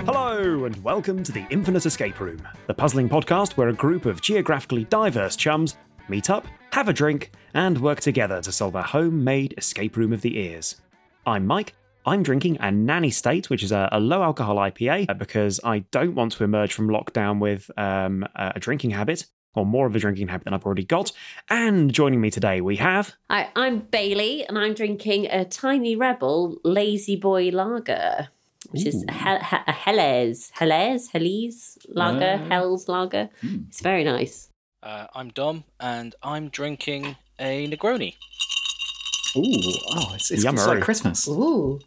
Hello, and welcome to the Infinite Escape Room, the puzzling podcast where a group of geographically diverse chums meet up, have a drink, and work together to solve a homemade escape room of the ears. I'm Mike. I'm drinking a Nanny State, which is a, a low alcohol IPA, uh, because I don't want to emerge from lockdown with um, a a drinking habit, or more of a drinking habit than I've already got. And joining me today, we have Hi, I'm Bailey, and I'm drinking a Tiny Rebel Lazy Boy Lager, which is a, he- a Helles, Helles, Helles Lager, Ah. Hell's Lager. Hmm. It's very nice. Uh, I'm Dom, and I'm drinking a Negroni. Ooh, oh, it's, it's, it's Yummery. like Christmas. Ooh,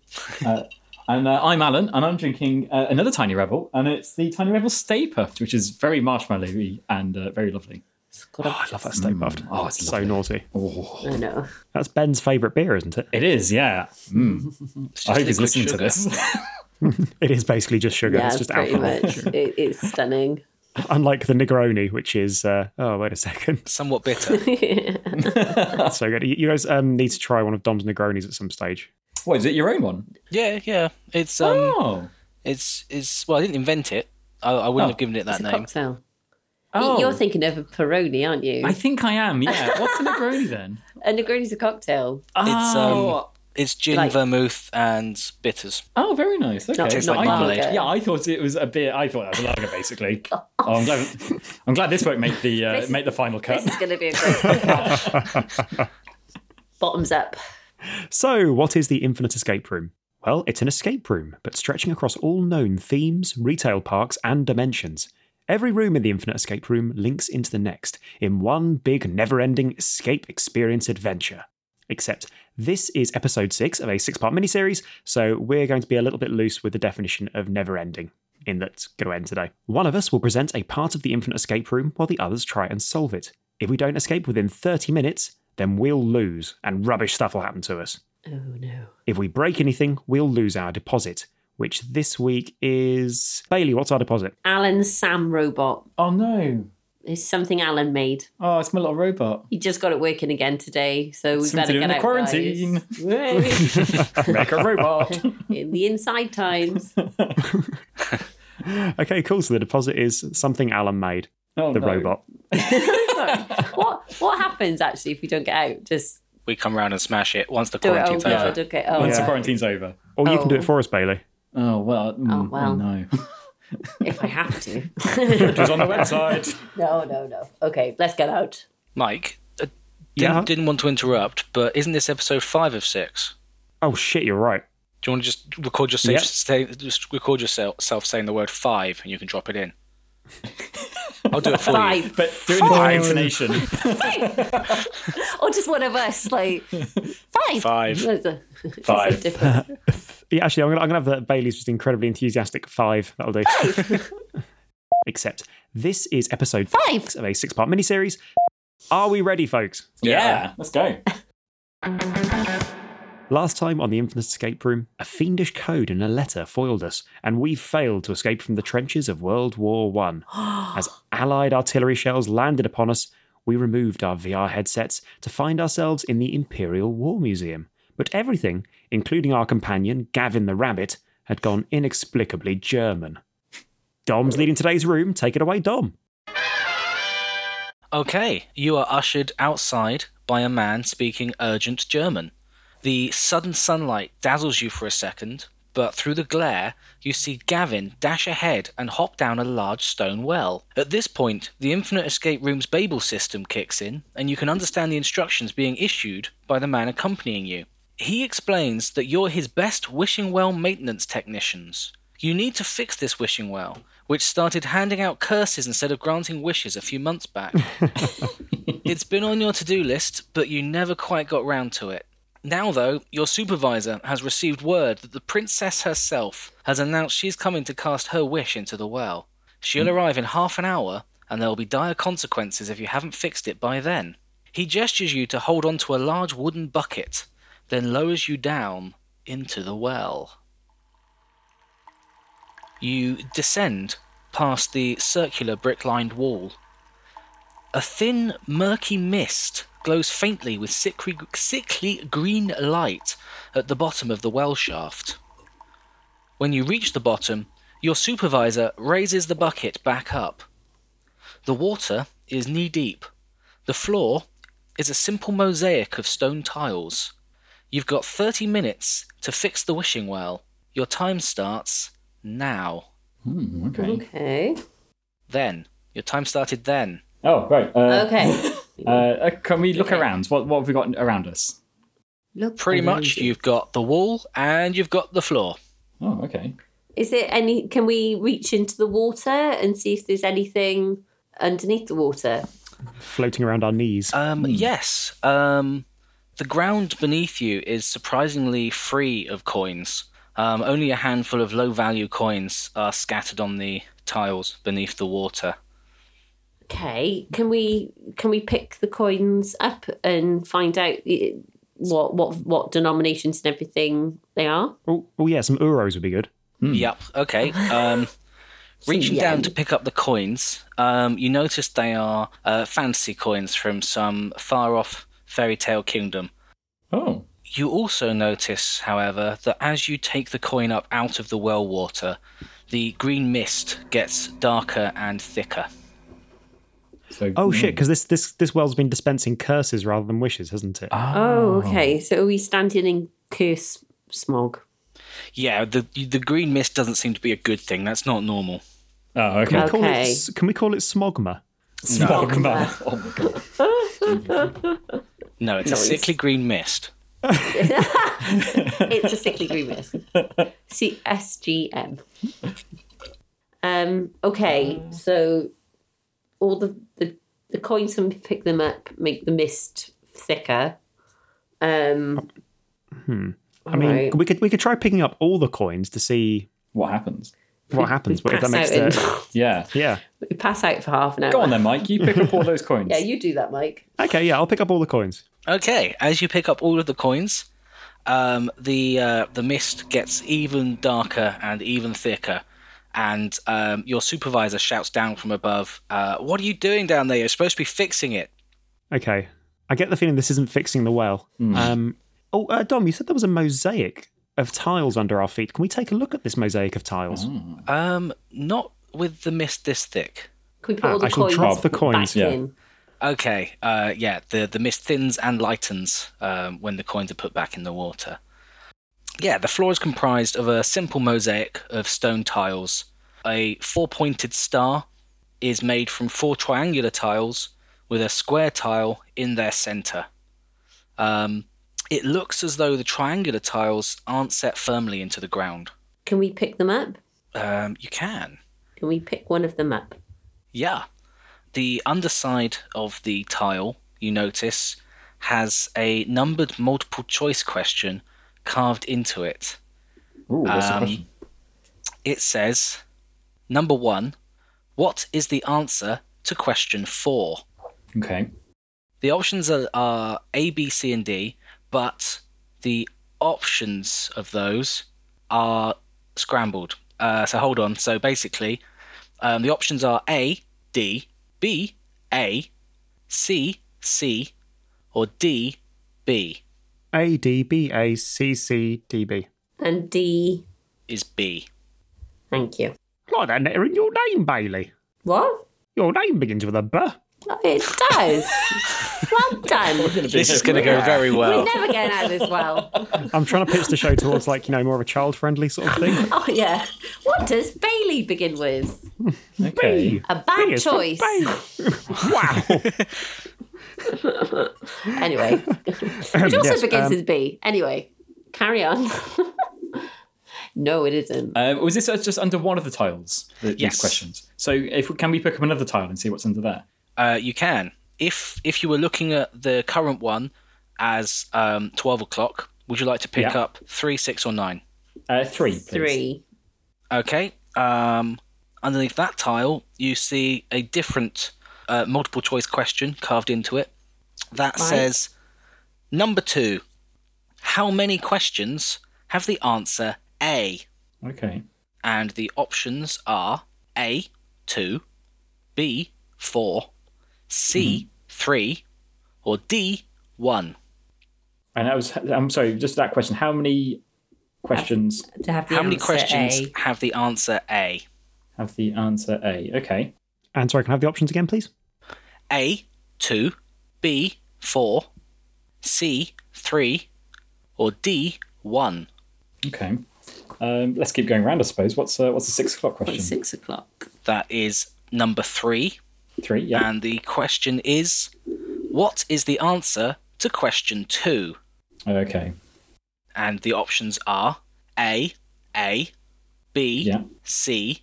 And uh, I'm Alan, and I'm drinking uh, another Tiny Rebel, and it's the Tiny Rebel Stay Puffed, which is very marshmallowy and uh, very lovely. it's got a- I love that Stay Mm. Puft. Oh, it's so naughty. Oh, I know. That's Ben's favourite beer, isn't it? it is, yeah. Mm. It's I hope he's just liquid listening to sugar. this. It is basically just sugar. yeah, it's just pretty alcohol. much. It, it's stunning. Unlike the Negroni, which is uh, oh wait a second, Somewhat bitter. that's so good. You you guys um, need to try one of Dom's Negronis at some stage. what is it? Your own one? yeah, yeah. It's um, oh, it's it's. Well, I didn't invent it. I, I wouldn't Oh. have given it It's that a name. cocktail. Y- oh. You're thinking of a Peroni, aren't you? I think I am. Yeah. What's a Negroni then? a Negroni's a cocktail. oh, It's gin, Like- vermouth, and bitters. oh, very nice. Okay, tastes like I thought- marmalade. Yeah, I thought it was a beer. I thought that was a lager, basically. oh, I'm glad. I'm glad this won't make the uh, This- make the final cut. This is going to be a great podcast. Bottoms up. So, what is the Infinite Escape Room? Well, it's an escape room, but stretching across all known themes, retail parks, and dimensions. Every room in the Infinite Escape Room links into the next in one big, never ending escape experience adventure. Except this is episode six of a six part miniseries, so we're going to be a little bit loose with the definition of never ending in that's going to end today. One of us will present a part of the Infinite Escape Room while the others try and solve it. If we don't escape within 30 minutes, then we'll lose and rubbish stuff will happen to us. Oh no. If we break anything, we'll lose our deposit, which this week is. Bailey, what's our deposit? Alan's Sam robot Oh no. is something Alan made. Oh, it's my little robot. He just got it working again today, so we Something better to do get in the out, quarantine. guys. Make a robot. in the inside times. Okay, cool. So the deposit is something Alan made, Oh, the no. robot. what what happens actually if we don't get out? Just We come round and smash it once the do it. Oh quarantine's over. god. Okay. Oh, Once the God. quarantine's over. Or you can do Oh. it for us, Bailey. Oh well. mm, Oh, well. no. if I have to. it was on the website. no, no, no. Okay, let's get out. Mike, uh, didn't, Yeah? didn't want to interrupt, but isn't this episode five of six? Oh, shit, you're right. Do you want to just record yourself? Yep. Say, just record yourself self saying the word five, and you can drop it in. I'll do it for you. Five. But do it in the intonation. Or just one of us, like five. Five. That's a- that's a Five. different- Yeah, actually, I'm gonna, I'm gonna have that Bailey's just incredibly enthusiastic five. That'll do. Except this is episode Five. six of a six-part miniseries. Are we ready, folks? Yeah, let's go. Last time on the Infinite Escape Room, a fiendish code in a letter foiled us, and we failed to escape from the trenches of World War One. As Allied artillery shells landed upon us, we removed our VR headsets to find ourselves in the Imperial War Museum. But everything, including our companion, Gavin the Rabbit, had gone inexplicably German. Dom's leading today's room. Take it away, Dom. Okay, you are ushered outside by a man speaking urgent German. The sudden sunlight dazzles you for a second, but through the glare, you see Gavin dash ahead and hop down a large stone well. At this point, the Infinite Escape Room's Babel system kicks in, and you can understand the instructions being issued by the man accompanying you. He explains that you're his best wishing well maintenance technicians. You need to fix this wishing well, which started handing out curses instead of granting wishes a few months back. it's been on your to do list, but you never quite got round to it. Now, though, your supervisor has received word that the princess herself has announced she's coming to cast her wish into the well. She'll arrive in half an hour, and there will be dire consequences if you haven't fixed it by then. He gestures you to hold on to a large wooden bucket, then lowers you down into the well. You descend past the circular brick lined wall a thin, murky mist glows faintly with sickly, sickly green light at the bottom of the well shaft. When you reach the bottom, Your supervisor raises the bucket back up. The water is knee deep. The floor is a simple mosaic of stone tiles. You've got 30 minutes to fix the wishing well. Your time starts now. Hmm, okay. Okay. Then. Your time started then. Oh, right. Uh, Okay. uh, uh, can we look Okay. around? What what have we got around us? Look Pretty much, around. you've got the wall and you've got the floor. Oh, okay. Is it any? Can we reach into the water and see if there's anything underneath the water? floating around our knees. Um, Yes. Um, the ground beneath you is surprisingly free of coins. Um, only a handful of low value coins are scattered on the tiles beneath the water. Okay. Can we can we pick the coins up and find out eh, what what what denominations and everything they are? oh, oh, yeah, some euros would be good. Yep. Okay. Um, reaching down to pick up the coins, um, you notice they are uh, fantasy coins from some far off fairy tale kingdom. Oh, You also notice, however, that as you take the coin up out of the well water, the green mist gets darker and thicker. so hmm. Oh shit, because this this this well's been dispensing curses rather than wishes, hasn't it? Oh, okay. So are we standing in curse smog? Yeah, the the green mist doesn't seem to be a good thing. That's not normal. Oh, Can, okay. we call it, Okay. s- can we call it smogma? Smogma. Oh my god. No, it's Nice. a sickly green mist. It's a sickly green mist. C S G M. Um. Okay. Uh. So all the the the coins when we pick them up make the mist thicker. Um. I mean, we could we could try picking up all the coins to see What happens? what happens. But if that pass makes out the in- Yeah. yeah, we pass out for half an hour. Go on then, Mike. You pick up all those coins. Yeah, you do that, Mike. okay, yeah, I'll pick up all the coins. Okay, as you pick up all of the coins, um, the uh, the mist gets even darker and even thicker, and um, your supervisor shouts down from above, uh, "What are you doing down there? You're supposed to be fixing it." Okay, I get the feeling this isn't fixing the well. Um, oh, uh, Dom, you said there was a mosaic of tiles under our feet. Can we take a look at this mosaic of tiles? Um, not with the mist this thick. Can we put Ah, all the I shall coins drop the coins, back yeah. in? Okay, uh, yeah, the, the mist thins and lightens um, when the coins are put back in the water. Yeah, the floor is comprised of a simple mosaic of stone tiles. A four pointed star is made from four triangular tiles with a square tile in their center. Um, it looks as though the triangular tiles aren't set firmly into the ground. Can we pick them up? Um, you can. Can we pick one of them up? Yeah. The underside of the tile, you notice, has a numbered multiple choice question carved into it. Ooh, what's the Um, question? It says Number one, what is the answer to question four? Okay. The options are, are A, B, C, and D, but the options of those are scrambled. Uh, so hold on. So basically, um, the options are A, D, B, A, C, C, or D, B A D B A C C D B. And D. is B. Thank you. Like that letter in your name, Bailey. What? Your name begins with a B. Oh, It does. well done. This is going to go very We're well. never getting out of this well. I'm trying to pitch the show towards like you know more of a child-friendly sort of thing. Oh yeah. What does Bailey begin with? Okay. A bad Yes, choice. Bailey. wow. Anyway, which also Yes, begins um, with B. Anyway, carry on. no, it isn't. Um, was this just under one of the tiles? The, Yes. These questions. So, if can we pick up another tile and see what's under there? Uh, you can. If if you were looking at the current one as um, 12 o'clock, would you like to pick Yeah. up 3, 6, or 9? Uh, three. Please. Three. Okay. Um, underneath that tile, you see a different uh, multiple choice question carved into it that says Number two, how many questions have the answer A? Okay. And the options are A, 2, B, 4, Mm-hmm. C, 3, or D, 1. And that was. I'm sorry. Just that question. How many questions to have the How many answer questions A. have the answer A? have the answer A. Okay. And sorry, can I have the options again, please? A, 2, B, 4, C, 3, or D, 1? Okay. Um, let's keep going round, I suppose. What's uh, what's the six o'clock question? Wait, six o'clock. That is number 3. Three. Yeah. And the question is What is the answer to question 2? Okay. And the options are A, A, B, Yeah. C,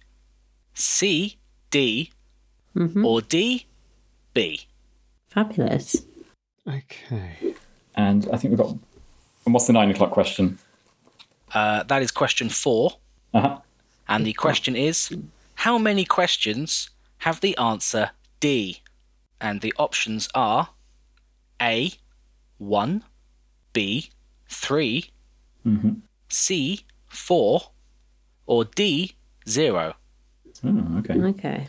C, D, Hmm. Mhm. or D, B. Fabulous. Okay. And I think we've got. And what's the nine o'clock question? Uh, that is question 4. Uh huh. And the question is how many questions have the answer D? And the options are A, 1, B, 3, Mhm. C, 4, or D, 0. Oh, okay. Okay.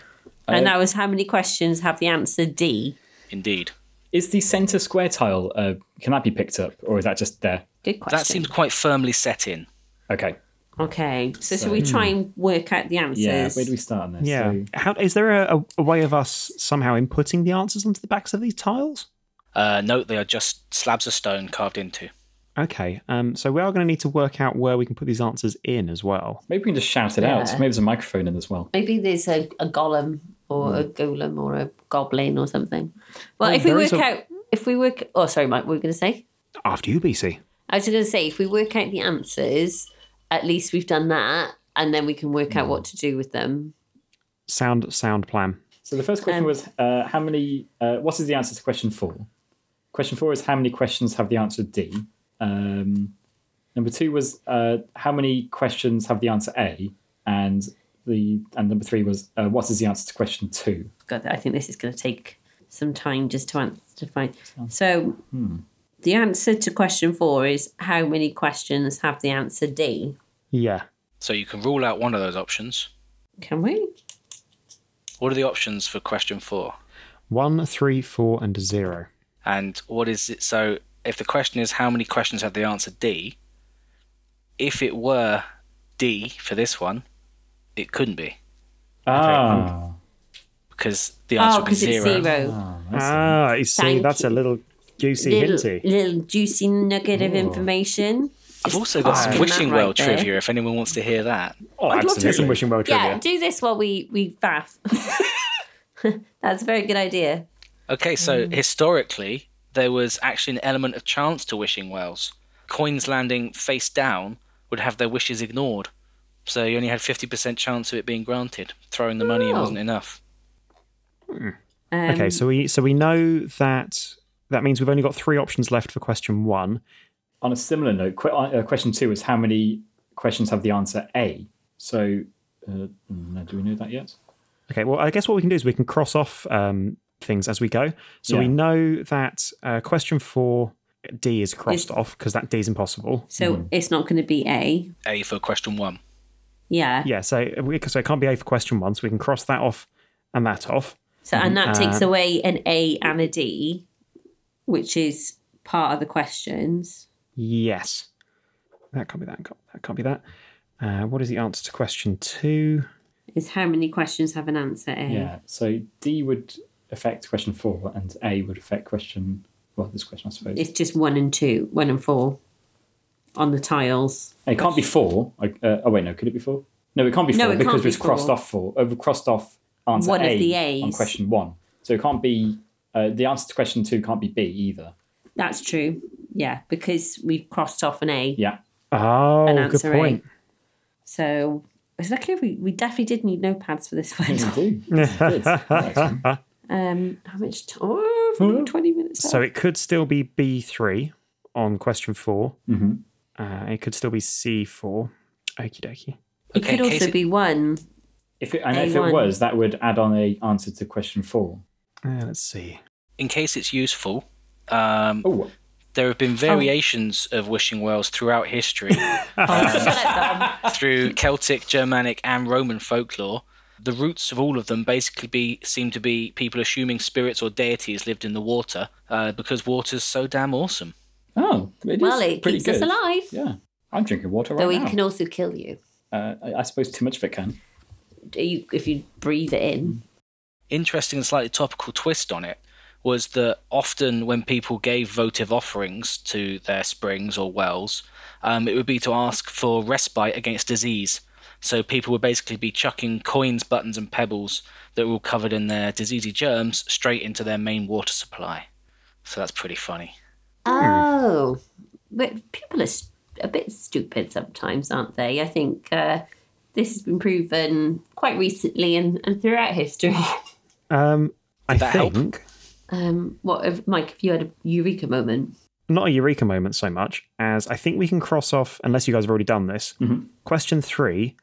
and that was how many questions have the answer D? Indeed. Is the centre square tile? Uh, can that be picked up, or is that just there? Good question. That seems quite firmly set in. Okay. Okay. So, shall we try and work out the answers? Yeah. Where do we start on this? Yeah. So- How is there a, a- a way of us somehow inputting the answers onto the backs of these tiles? Uh, note they are just slabs of stone carved into. Okay. Um. So we are going to need to work out where we can put these answers in as well. Maybe we can just shout it out. Yeah. Maybe there's a microphone in as well. Maybe there's a, a golem or a golem or a goblin or something. Well, Well, if we there is work a- out, if we work, oh, sorry, Mike, what were you going to say? After you, BC. I was going to say, if we work out the answers, at least we've done that, and then we can work out what to do with them. Sound sound plan. So the first question Um, was uh, how many? Uh, what is the answer to question four? Question four is how many questions have the answer D. Um, number two was uh, how many questions have the answer A, and the and number three was uh, what is the answer to question two? God, I think this is going to take some time just to answer to find. So, Hmm. the answer to question four is how many questions have the answer D? Yeah. So you can rule out one of those options. Can we? What are the options for question four? One, three, four, and zero. And what is it? So, if the question is how many questions have the answer D, if it were D for this one, it couldn't be Ah, because the answer Oh, would be because it's zero. zero. Ah, I see. Ah, you see, Thank that's a you. little juicy Little, hinty. little juicy nugget Oh. of information. I've also got some Fucking wishing that right well there. trivia if anyone wants to hear that. Oh, I'd love to hear some absolutely. wishing well trivia. Yeah, do this while we we faff. That's a very good idea. Okay, so Mm. historically, there was actually an element of chance to wishing wells. Coins landing face down would have their wishes ignored. So you only had 50% chance of it being granted. Throwing the money in Oh. wasn't enough. Um, Okay, so we so we know that that means we've only got three options left for question one. On a similar note, que- uh, question two is how many questions have the answer A. So, uh, mm, do we know that yet? Okay, well, I guess what we can do is we can cross off um, things as we go. So we Yeah. know that uh, question four D is crossed Is- off because that D is impossible. so it's not going to be A. A for question one. Yeah. Yeah, so we, so it can't be A for question one, so we can cross that off and that off. So and that takes Uh, away an A and a D, which is part of the questions. Yes, that can't be that. can't- That can't be that. Uh, what is the answer to question two? Is how many questions have an answer A? Yeah. So D would affect question four, and A would affect question well, this question I suppose. It's just one and two, one and four, on the tiles. it can't be four. I- uh, oh wait, no, could it be four? No, it can't be No, four it because can't be we've crossed four. off four. Uh, we've crossed off answer One of A the on A's. question one. So it can't be uh, the answer to question two can't be B either. That's true. Yeah, because we've crossed off an A. Yeah. Oh, An good answer A. point. So it's lucky we, we definitely did need notepads for this one. You do. Good. Excellent. Um, how much time? Oh, we've got 20 minutes. So left. it could still be B3 on question 4 Mm-hmm. Uh, it could still be C4. Okie dokie. it could also Casey- be one. If it, and if it A1. was, that would add on a answer to question four. Uh, let's see. in case it's useful, um, Oh, there have been variations of wishing wells throughout history, through Celtic, Germanic, and Roman folklore. The roots of all of them basically be seem to be people assuming spirits or deities lived in the water uh, because water's so damn awesome. oh, it is Well, it pretty keeps us good. alive. Yeah. I'm drinking water right Though now. it can also kill you Uh, I, I suppose too much of it can. You- if you breathe it in. interesting and slightly topical twist on it was that often when people gave votive offerings to their springs or wells, um, it would be to ask for respite against disease. So people would basically be chucking coins, buttons, and pebbles that were all covered in their diseasy germs straight into their main water supply. So that's pretty funny. Hmm. Oh, but people are s- a bit stupid sometimes, aren't they? I think uh, this has been proven quite recently and, and throughout history. Um, I that help? think Um, what, if, Mike? If you had a eureka moment, not a eureka moment so much as I think we can cross off, unless you guys have already done this. Question three,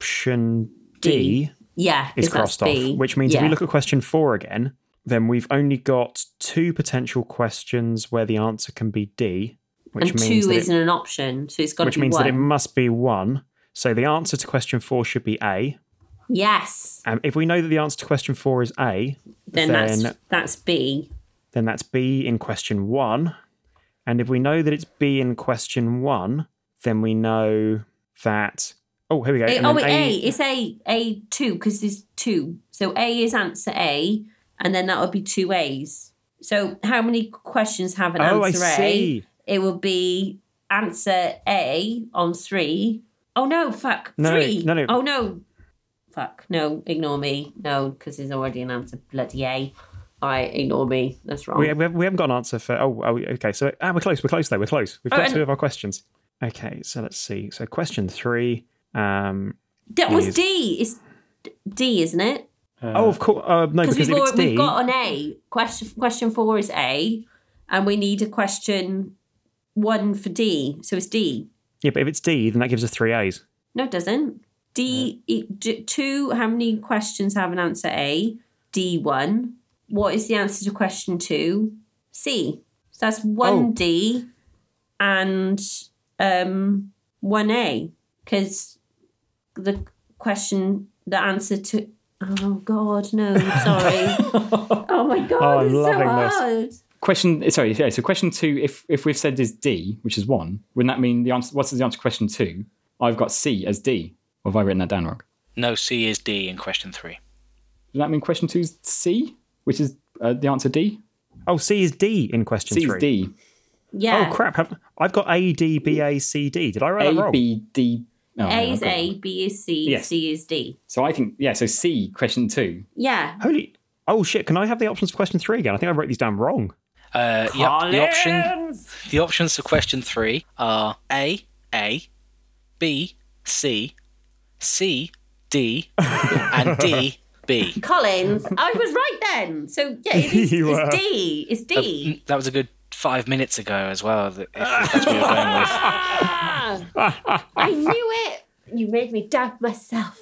option D, D. yeah, is 'cause that's crossed off, B. which means if we Yeah. look at question four again, then we've only got two potential questions where the answer can be D, which and means two that it- isn't an option, so it's got to which be means one. that it must be one. So the answer to question four should be A. yes, Um, if we know that the answer to question four is A, then, Then- that's that's B. then that's B in question one. And if we know that it's B in question one, then we know that. Oh, here we go. A- and oh, then wait, A. It's A A two because there's two. So A is answer A, and then that would be two A's. So how many questions have an Oh, I answer A? see. It will be answer A on three. Oh no, fuck No, no, three. no, no. Oh no, fuck no. Ignore me. No, because there's already an answer. Bloody A. All right, ignore me. That's wrong. We, we, haven't, we haven't got an answer for. Oh, oh, okay. So ah, we're close. We're close though. We're close. We've Oh, got and- two of our questions. Okay, so let's see. So question three. Um, that was is- D. oh, It's D, isn't it? Uh, oh, of course. Uh, no, because because we've, if it's al- D, we've got an A. Question question four is A, and we need a question one for D. So it's D. yeah, but if it's D, then that gives us three A's. No, it doesn't. D, e- d- two. How many questions have an answer A? D one. What is the answer to question two? C. So that's one Oh. D, and um one A because the question the answer to. Oh God, no! Sorry. oh my God, Oh, I'm it's so loving this. hard. Question. eh, Sorry. Yeah. So question two. If if we've said is D, which is one, wouldn't that mean the answer? What's the answer to question two? I've got C as D. Or have I written that down wrong? No, C is D in question three. Does that mean question two is C, which is uh, the answer D? Oh, C is D in question C is three. D. Oh Yeah. crap! have- I've got A D B A C D. Did I write that A wrong? B D. Oh, A no, I've is got it A, wrong. B is C, Yes. C is D. So I think yeah. So C question two. Yeah. Holy! Oh shit! Can I have the options for question three again? I think I wrote these down wrong. Uh, yep, the option The options for question three are A, A, B, C, C, D, and D, B. Collins, I was right then. So yeah, it is, You it's were. D. It's D. Mm, That was a good five minutes ago as well, that- if if that's what Uh, you're going with. Ah, I knew it. You made me doubt myself.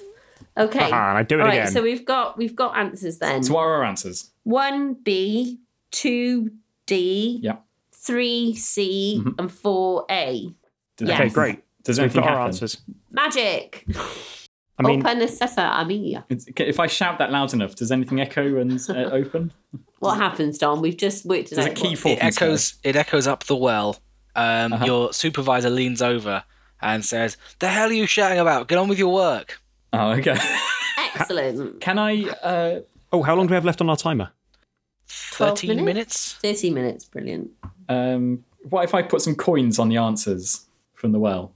Okay. Ah, and I do it All right, again. so we've got we've got answers then. So what are our answers? One B, two D, Yeah. three C, Mm-hmm. and four A. Does Yes. Okay, great. Does We've anything got our happen? answers. Magic. I mean, open assessor Amiga. It's- If I shout that loud enough, does anything echo and uh, open? What happens, Don? We've just worked it Does out. a key what- fall? It from sky? echoes. It echoes up the well. Um, Your supervisor leans over and says, "The hell are you shouting about? Get on with your work." Oh, okay. Excellent. Can I? Uh, oh, how long do we have left on our timer? Thirteen minutes? minutes. 30 minutes, brilliant. um, what if I put some coins on the answers from the well?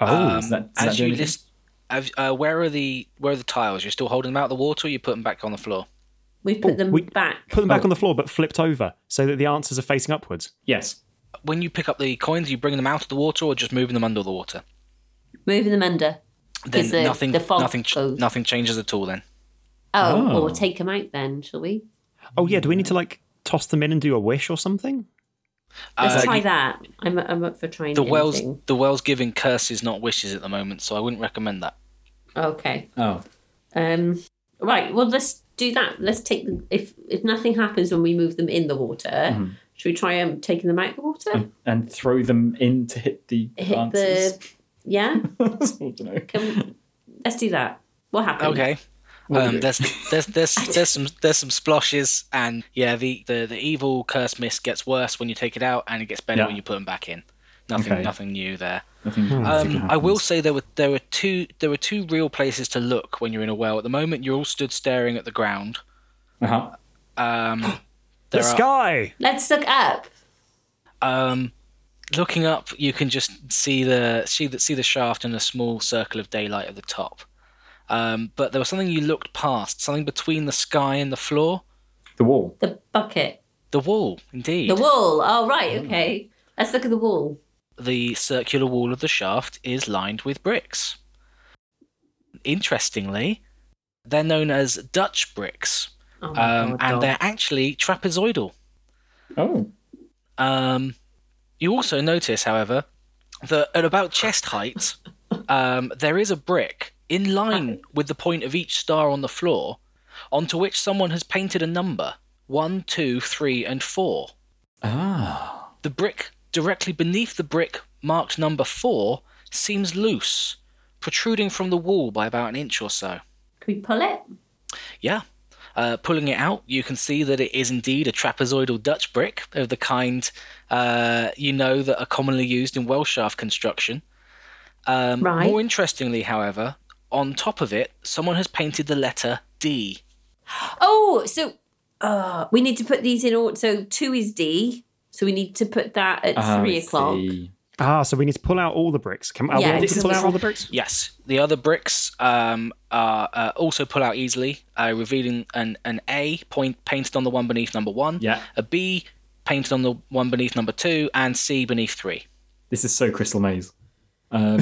Oh, Um, does that- does that as do you anything? list, have- uh, where are the where are the tiles? You're still holding them out of the water. or You put them back on the floor. We put them Oh, we- back. put them back on the floor, but flipped over so that the answers are facing upwards. Yes. when you pick up the coins, you bring them out of the water or just moving them under the water. Moving them under. Then Is the- nothing, the fog nothing, ch- goes- nothing changes at all. Then Oh, Oh. or take them out then, shall we? Oh yeah, do we need to like toss them in and do a wish or something? Let's Uh, try you- that. I'm, I'm up for trying the wells, anything. the wells giving curses, not wishes, at the moment. So I wouldn't recommend that. Okay. Oh. Um, right. Well, let's do that. Let's take them. If, if nothing happens when we move them in the water, should we try um, taking them out of the water? Oh. And, and throw them in to hit the Hit answers. the. Yeah? Um, The... Can we- let's do that. What happened? Okay. Um, there's there's there's there's some there's some splashes and yeah the, the, the evil curse mist gets worse when you take it out and it gets better Yeah. when you put them back in. nothing, Okay. nothing new there. Nothing Um, particular I will Hmm. happens. say there were there were two there were two real places to look when you're in a well. At the moment, you're all stood staring at the ground. Uh-huh. Um, The there are- sky. Let's look up. um, looking up, you can just see the see the see the shaft and a small circle of daylight at the top. Um, but there was something you looked past, something between the sky and the floor, The wall. The bucket. the wall, indeed, The wall. Oh, right. Okay. Let's look at the wall. the circular wall of the shaft is lined with bricks. Interestingly, they're known as Dutch bricks, Oh, my um, God, and God. they're actually trapezoidal. Oh. Um, you also notice, however, that at about chest height, um, there is a brick in line with the point of each star on the floor, onto which someone has painted a number one, two, three, and four. Ah. The brick directly beneath the brick marked number four seems loose, protruding from the wall by about an inch or so. Can we pull it? Yeah. Uh, pulling it out, you can see that it is indeed a trapezoidal Dutch brick of the kind uh, you know that are commonly used in well shaft construction. Um, Right. More interestingly, however, on top of it, someone has painted the letter D. Oh, so uh, we need to put these in order. So two is D. So we need to put that at Ah, three I o'clock. see. Ah, so we need to pull out all the bricks. Can are we Yeah. able This to is pull the out all the bricks? Yes, the other bricks um, are uh, also pull out easily, uh, revealing an, an A point painted on the one beneath number one, Yeah. a B painted on the one beneath number two, and C beneath three. This is so Crystal Maze. Um,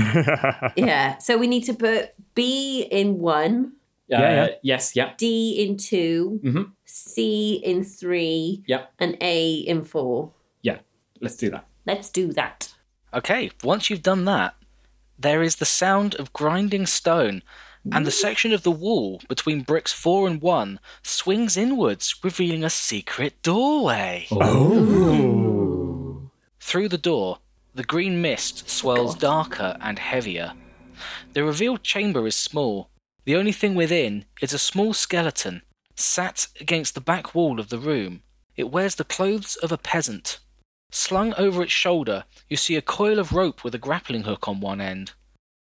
Yeah. So we need to put B in one, Yeah, uh, yeah. Yes, yeah. D in 2 Mm-hmm. Mhm. C in three, Yeah. and A in four. Yeah. Let's do that. Let's do that. Okay, once you've done that, there is the sound of grinding stone, and the section of the wall between bricks four and one swings inwards, revealing a secret doorway. Oh. Through the door, the green mist swirls darker and heavier. The revealed chamber is small. The only thing within is a small skeleton, sat against the back wall of the room. It wears the clothes of a peasant. Slung over its shoulder, you see a coil of rope with a grappling hook on one end.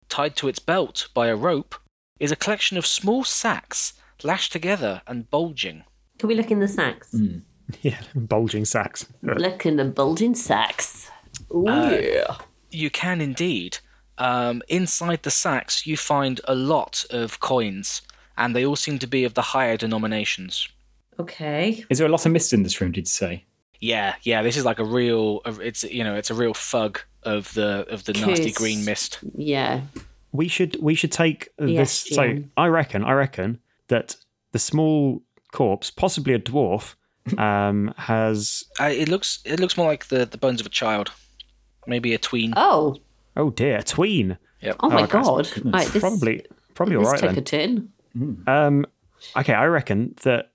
Tied to its belt by a rope is a collection of small sacks lashed together and bulging. Can we look in the sacks? Mm. yeah, bulging sacks. Look in the bulging sacks. Oh, Uh, yeah. You can indeed. Um, inside the sacks, you find a lot of coins, and they all seem to be of the higher denominations. Okay. Is there a lot of mist in this room, did you say? Yeah, yeah. This is like a real. It's you know, it's a real fug of the of the nasty Cause- green mist. Yeah. we should we should take this. Yes, So Jim. I reckon I reckon that the small corpse, possibly a dwarf, um, has Uh, it looks it looks more like the the bones of a child, maybe a tween. Oh. oh dear, a tween. Yep. Oh, my okay. God. Right, this, probably probably all This right took then. a turn. Hmm. Um, okay, I reckon that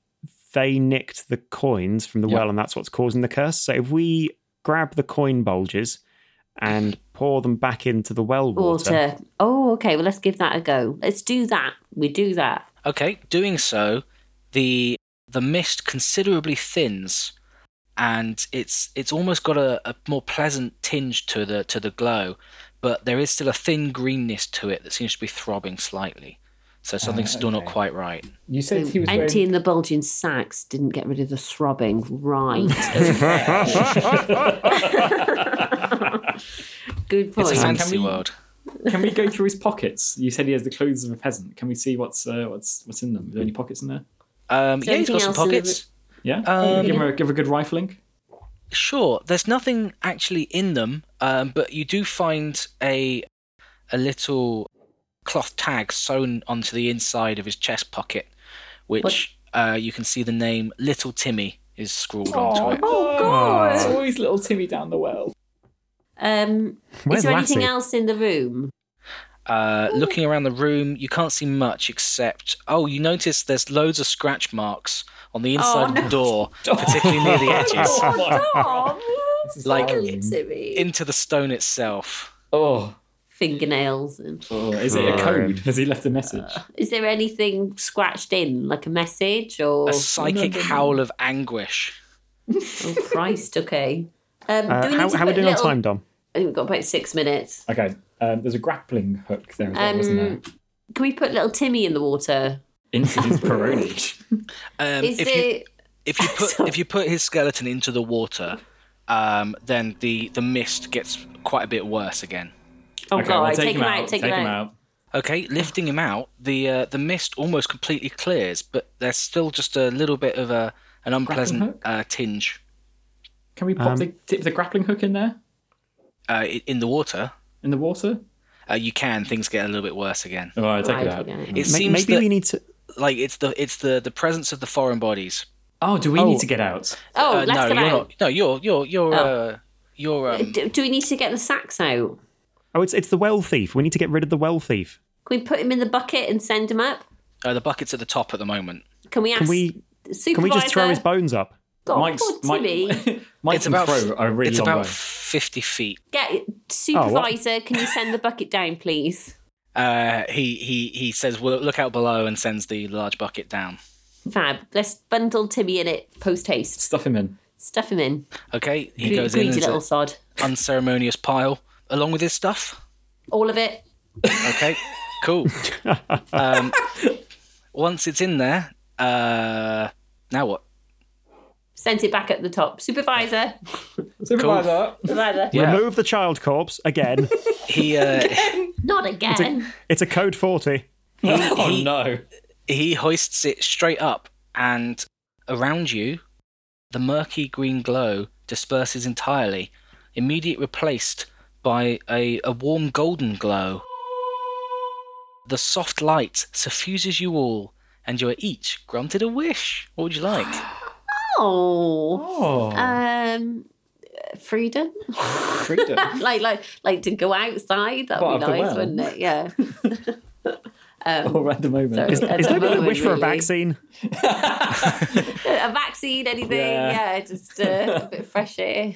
they nicked the coins from the Yeah. well, and that's what's causing the curse. So if we grab the coin bulges and pour them back into the well water, Water. Oh, okay. Well, let's give that a go. Let's do that. We do that. Okay, doing so, the the mist considerably thins, and it's it's almost got a, a more pleasant tinge to the to the glow, but there is still a thin greenness to it that seems to be throbbing slightly. So something's still not okay. quite right. You said he was Emptying the bulging sacks didn't get rid of the throbbing. Right. Good point. It's a Can fancy we- world. Can we go through his pockets? You said he has the clothes of a peasant. Can we see what's uh, what's what's in them? Are there any pockets in there? Um, Is yeah, there he's got anything some else in the pockets. Uh, Yeah. Um, give him a give her a good rifling. Sure, there's nothing actually in them, um, but you do find a a little cloth tag sewn onto the inside of his chest pocket, which uh, you can see the name Little Timmy is scrawled onto it. Oh, God. It's always little Timmy down the well. Um, is Where's there anything Lassie? else in the room? Uh, looking around the room, you can't see much except oh, you notice there's loads of scratch marks on the inside of the door, particularly near the edges, Oh, my God. Like- Timmy. into the stone itself. Oh, fingernails. And... oh, is it a code? Has he left a message? Is there anything scratched in, like a message or? A psychic howl of anguish. Oh Christ! Um, Okay. Um, Uh, do we need how to Uh, how are we put doing little... on time, Dom? I think we've got about six minutes. Okay. Um, there's a grappling hook there as well, wasn't there? Um, Can we put little Timmy in the water? Incident Peroni. Um, Is if you it? if you put Sorry. if you put his skeleton into the water, um, then the the mist gets quite a bit worse again. Oh okay, God! well, take, him out! Take, Take him him out! out. Okay, lifting him out, the uh, the mist almost completely clears, but there's still just a little bit of a an unpleasant hook? uh, tinge Can we pop Um, the tip of the grappling hook in there? uh, i- in the water. In the water? Uh, you can things get a little bit worse again. All right, take Right, it out. okay. It Ma- seems maybe that we need to. like it's the it's the the presence of the foreign bodies. Oh, do we Oh. need to get out? Oh, Uh, let's no, get you're out. not. No, you're you're you're Oh. uh, you're um, Do, do we need to get the sacks out? Oh, it's it's the well thief. We need to get rid of the well thief. Can we put him in the bucket and send him up? uh, the bucket's at the top at the moment. Can we ask? Can we the supervisor? can we just throw his bones up? God, Mike's poor Mike, Timmy. Mike It's can about throw a really it's long about way. fifty feet. Get supervisor. can you send the bucket down, please? Uh, he he he says, well, "Look out below," and sends the large bucket down. Fab. Let's bundle Timmy in it post haste. Stuff him in. Stuff him in. Okay, he Gre- goes in greedy into little sod. unceremonious pile along with his stuff. All of it. Okay, cool. um, once it's in there, uh, now what? Sent it back at the top. Supervisor. Supervisor. Supervisor. Yeah. Remove the child corpse again. He uh, Not again. it's a code forty. oh he- no. he hoists it straight up, and around you, the murky green glow disperses entirely, immediately replaced by a, a warm golden glow. The soft light suffuses you all, and you are each granted a wish. What would you like? Oh. Oh, Um. Freedom, freedom. like like like to go outside. That'd Well, be of the nice, well. wouldn't it? Yeah. um, All Oh, at the moment. Sorry. Is, At is there the a moment, wish for a really. vaccine? a vaccine, anything? Yeah. Yeah, just uh, a bit fresh air.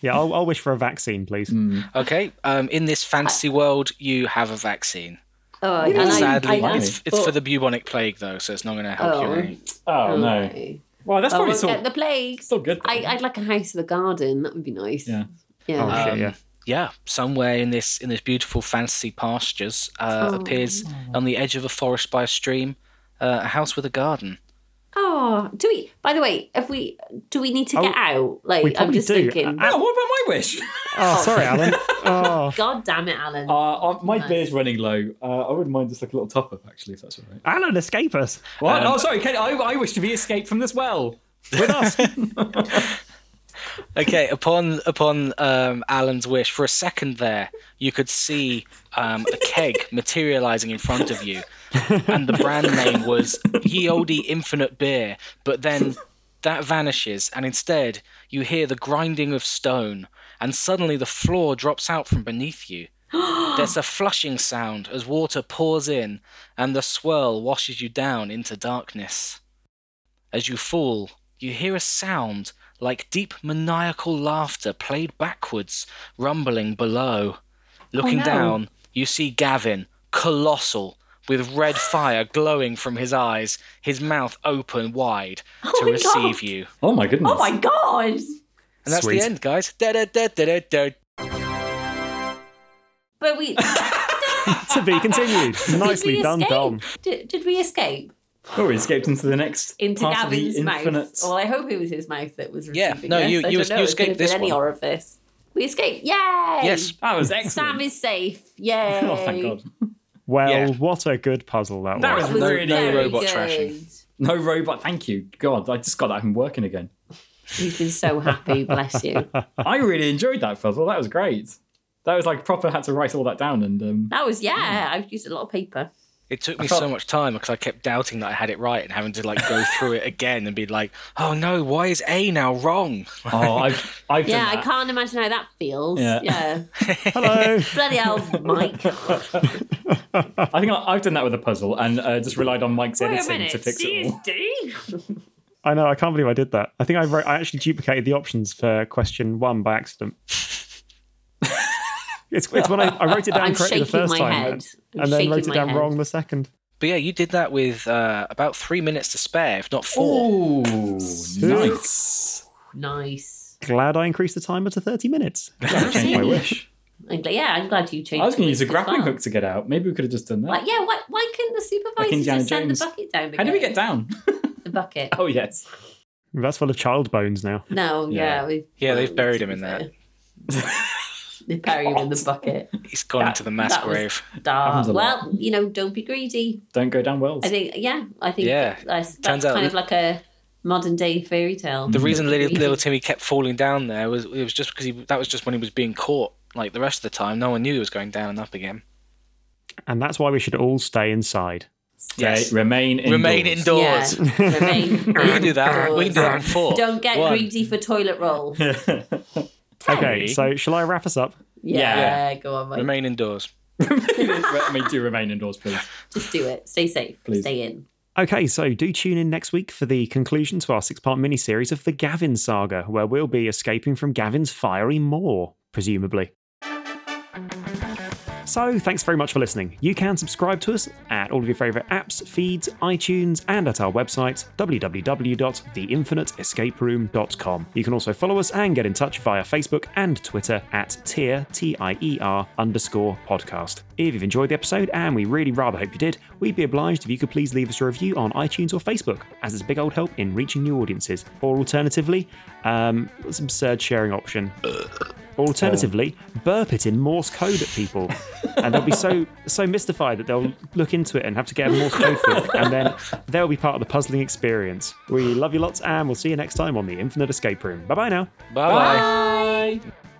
Yeah, I'll, I'll wish for a vaccine, please. Mm. hmm. Okay, um, in this fantasy world, you have a vaccine. Oh, and I- Sadly, I, I, it's, it's for the bubonic plague, though, so it's not going to help Oh. you. any. Oh no. okay. Well, that's I probably won't still, get the plague. still good. I, though. I'd like a house with a garden. That would be nice. Yeah. Yeah. Oh, shit, Um, yeah. Yeah, somewhere in this in this beautiful fantasy pastures uh, Oh. appears on the edge of a forest by a stream, uh, a house with a garden. Oh, do we? By the way, if we do, we need to get out. Like Oh, we I'm probably just do. thinking. Uh, Oh, what about my wish? Oh, sorry, Alan. Oh, God damn it, Alan! Uh, uh, my beer's running low. Uh, I wouldn't mind just like a little top up, actually, if that's all right. Alan, escape us What? oh, sorry. Ken, I, I wish to be escaped from this well. with us. Okay, upon upon um, Alan's wish, for a second there, you could see um, a keg materializing in front of you, and the brand name was Ye Olde Infinite Beer. But then that vanishes, and instead you hear the grinding of stone, and suddenly the floor drops out from beneath you. There's a flushing sound as water pours in, and the swirl washes you down into darkness. As you fall, you hear a sound like deep maniacal laughter played backwards, rumbling below. Looking Oh, no. down, you see Gavin, colossal, with red fire glowing from his eyes, his mouth open wide Oh to my receive God. you. Oh my goodness. oh my God! And that's Sweet. the end, guys. Da-da-da-da-da-da. But we to be continued. did Nicely we done, escape? Dom. Did, did we escape Oh, we escaped into the next into part of Gavin's the mouth? Oh, infinite. Well, I hope it was his mouth that was. Yeah, receiving no, us. you- I you- don't know. you It could have escaped this been Any one. orifice. We escaped! Yay! Yes. That was Sam excellent. is safe. Yay! Oh, thank God. Well, Yeah. what a good puzzle that, That was. That was was really- No very robot good. trashing. No robot. Thank you. God, I just got that home working again. You've been so happy, bless you. I really enjoyed that puzzle. That was great. That was like proper had to write all that down and um, That was yeah. I've used a lot of paper. It took me felt- so much time because I kept doubting that I had it right and having to like go through it again and be like, "Oh no, why is A now wrong?" oh, I've I've Yeah, done I can't imagine how that feels. Yeah. Yeah. Hello. Bloody hell, Mike. that. I think I, I've done that with a puzzle and uh, just relied on Mike's editing to fix it all. I know. I can't believe I did that. I think I wrote. I actually duplicated the options for question one by accident. it's, it's when I, I wrote it down I'm correctly the shaking first my time, head. I'm and then shaking wrote it my down head. wrong the second. But yeah, you did that with uh, about three minutes to spare, if not four. Oh, nice. Nice. glad I increased the timer to 30 minutes. I changed my wish. I'm glla- yeah, I'm glad you changed. I was going the to use list a as grappling well. hook to get out. Maybe we could have just done that. Like, yeah, why, why couldn't the supervisor Indiana just send Jones. the bucket down? How do we again? get down? the bucket? oh yes. That's full of child bones now. No, yeah, Yeah. we, Yeah, they've well, buried to him be in there. fair. They bury him in the bucket. He's gone into the mass that was- grave. Dark. Happens a lot. Well, you know, don't be greedy. Don't go down wells. I think, yeah, I think Yeah, that's, that's turns out- kind of like a modern day fairy tale. The reason little, Greedy. little Timmy kept falling down there was it was just because he, that was just when he was being caught. Like the rest of the time, no one knew he was going down and up again. And that's why we should all stay inside. Stay- yes. Remain indoors. Remain indoors. Yeah, remain We can do that. We can do that in indoors. 4 Don't get One. greedy for toilet roll. Okay, so shall I wrap us up? Yeah, Yeah. go on, mate. Remain indoors. I mean, do remain indoors, please. Just do it. Stay safe. Please. Stay in. Okay, so do tune in next week for the conclusion to our six part miniseries of the Gavin saga, where we'll be escaping from Gavin's fiery maw, presumably. So, thanks very much for listening. You can subscribe to us at all of your favourite apps, feeds, iTunes, and at our website, www.theinfiniteescaperoom.com. You can also follow us and get in touch via Facebook and Twitter at tier, T I E R underscore podcast. If you've enjoyed the episode, and we really rather hope you did, we'd be obliged if you could please leave us a review on iTunes or Facebook, as it's a big old help in reaching new audiences. Or alternatively, um, what's an absurd sharing option. Or alternatively, burp it in Morse code at people, and they'll be so so mystified that they'll look into it and have to get a Morse code book, and then they'll be part of the puzzling experience. We love you lots, and we'll see you next time on the Infinite Escape Room. Bye bye now. Bye bye. Bye.